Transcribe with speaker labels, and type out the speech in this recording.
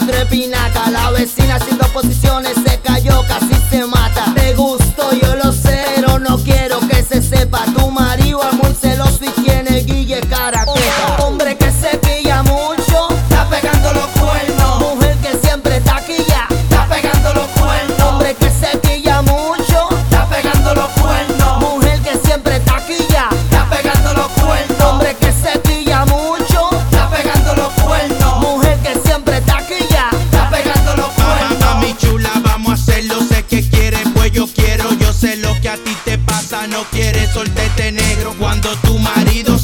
Speaker 1: espinaca. La vecina haciendo posiciones se cayó, casi se mata. Te gusto, yo lo sé, pero no quiero que se sepa. Tu marido es muy celoso y tiene guille caraqueta. Hombre que se pilla mucho,
Speaker 2: Está pegando los cuernos.
Speaker 1: mujer que siempre taquilla.
Speaker 2: Está pegando los cuernos.
Speaker 1: Hombre que se pilla mucho,
Speaker 2: Está pegando los cuernos.
Speaker 1: mujer que siempre taquilla.
Speaker 2: Está pegando los cuernos.
Speaker 1: Hombre que se pilla mucho,
Speaker 2: Está pegando los cuernos.
Speaker 1: mujer que siempre taquilla.
Speaker 2: Está pegando los
Speaker 3: Mamá,
Speaker 2: cuernos.
Speaker 3: mi chula, vamos a hacerlo. Sé que quieres, pues yo quiero. Yo sé lo que a ti te pasa. No quieres soltete negro. Cuando tu marido